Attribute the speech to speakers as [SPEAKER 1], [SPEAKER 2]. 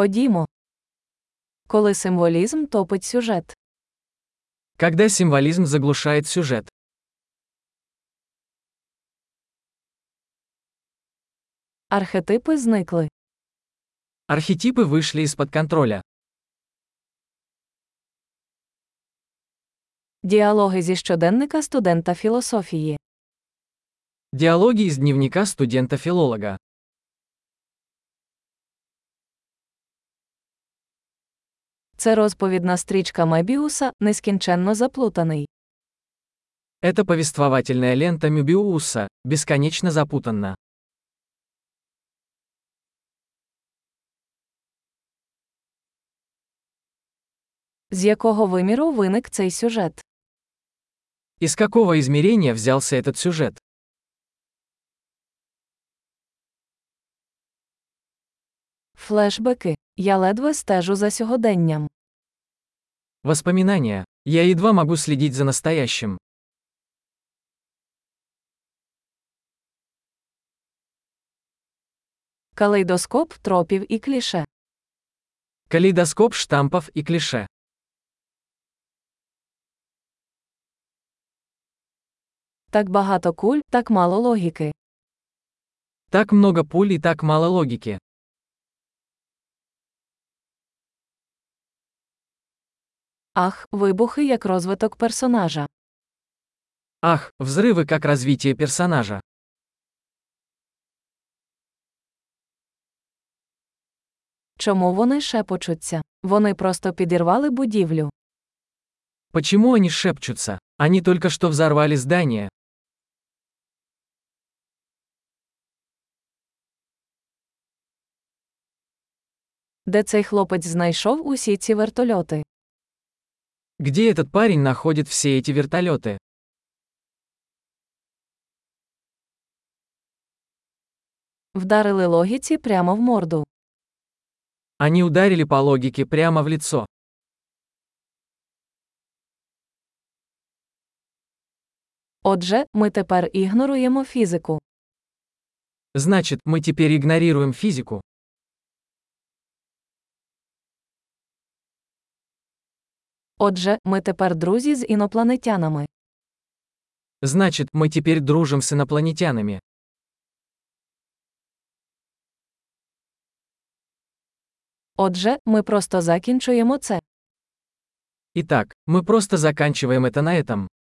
[SPEAKER 1] Ходімо. Коли символізм топить сюжет.
[SPEAKER 2] Когда символизм заглушает сюжет.
[SPEAKER 1] Архетипи зникли.
[SPEAKER 2] Архетипы вышли из-под контроля.
[SPEAKER 1] Діалоги зі щоденника студента філософії.
[SPEAKER 2] Диалоги из дневника студента-филолога.
[SPEAKER 1] Це розповідна стрічка Мебіуса, нескінченно заплутаний.
[SPEAKER 2] Это повествовательная лента Мюбиуса, бесконечно запутанна.
[SPEAKER 1] З якого виміру виник цей сюжет?
[SPEAKER 2] Из какого измерения взялся этот сюжет?
[SPEAKER 1] Флешбеки. Я ледве стежу за сьогоденням.
[SPEAKER 2] Воспоминания. Я едва могу следить за настоящим.
[SPEAKER 1] Калейдоскоп тропів і кліше.
[SPEAKER 2] Калейдоскоп штампов и клише.
[SPEAKER 1] Так багато куль, так мало логіки.
[SPEAKER 2] Так много пуль и так мало логики.
[SPEAKER 1] Ах, вибухи як розвиток персонажа.
[SPEAKER 2] Ах, взрывы как развитие персонажа.
[SPEAKER 1] Чому вони шепочуться? Вони просто підірвали будівлю.
[SPEAKER 2] Почему они шепчутся? Они только что взорвали здание.
[SPEAKER 1] Де цей хлопець знайшов усі ці вертольоти?
[SPEAKER 2] Где этот парень находит все эти вертолеты?
[SPEAKER 1] Вдарили логіці прямо в морду.
[SPEAKER 2] Они ударили по логике прямо в лицо.
[SPEAKER 1] Отже, ми тепер ігноруємо фізику.
[SPEAKER 2] Значит, мы теперь игнорируем физику.
[SPEAKER 1] Отже, ми тепер друзі з інопланетянами.
[SPEAKER 2] Значит, мы теперь дружим с инопланетянами.
[SPEAKER 1] Отже, ми просто закінчуємо це.
[SPEAKER 2] Итак, мы просто заканчиваем это на этом.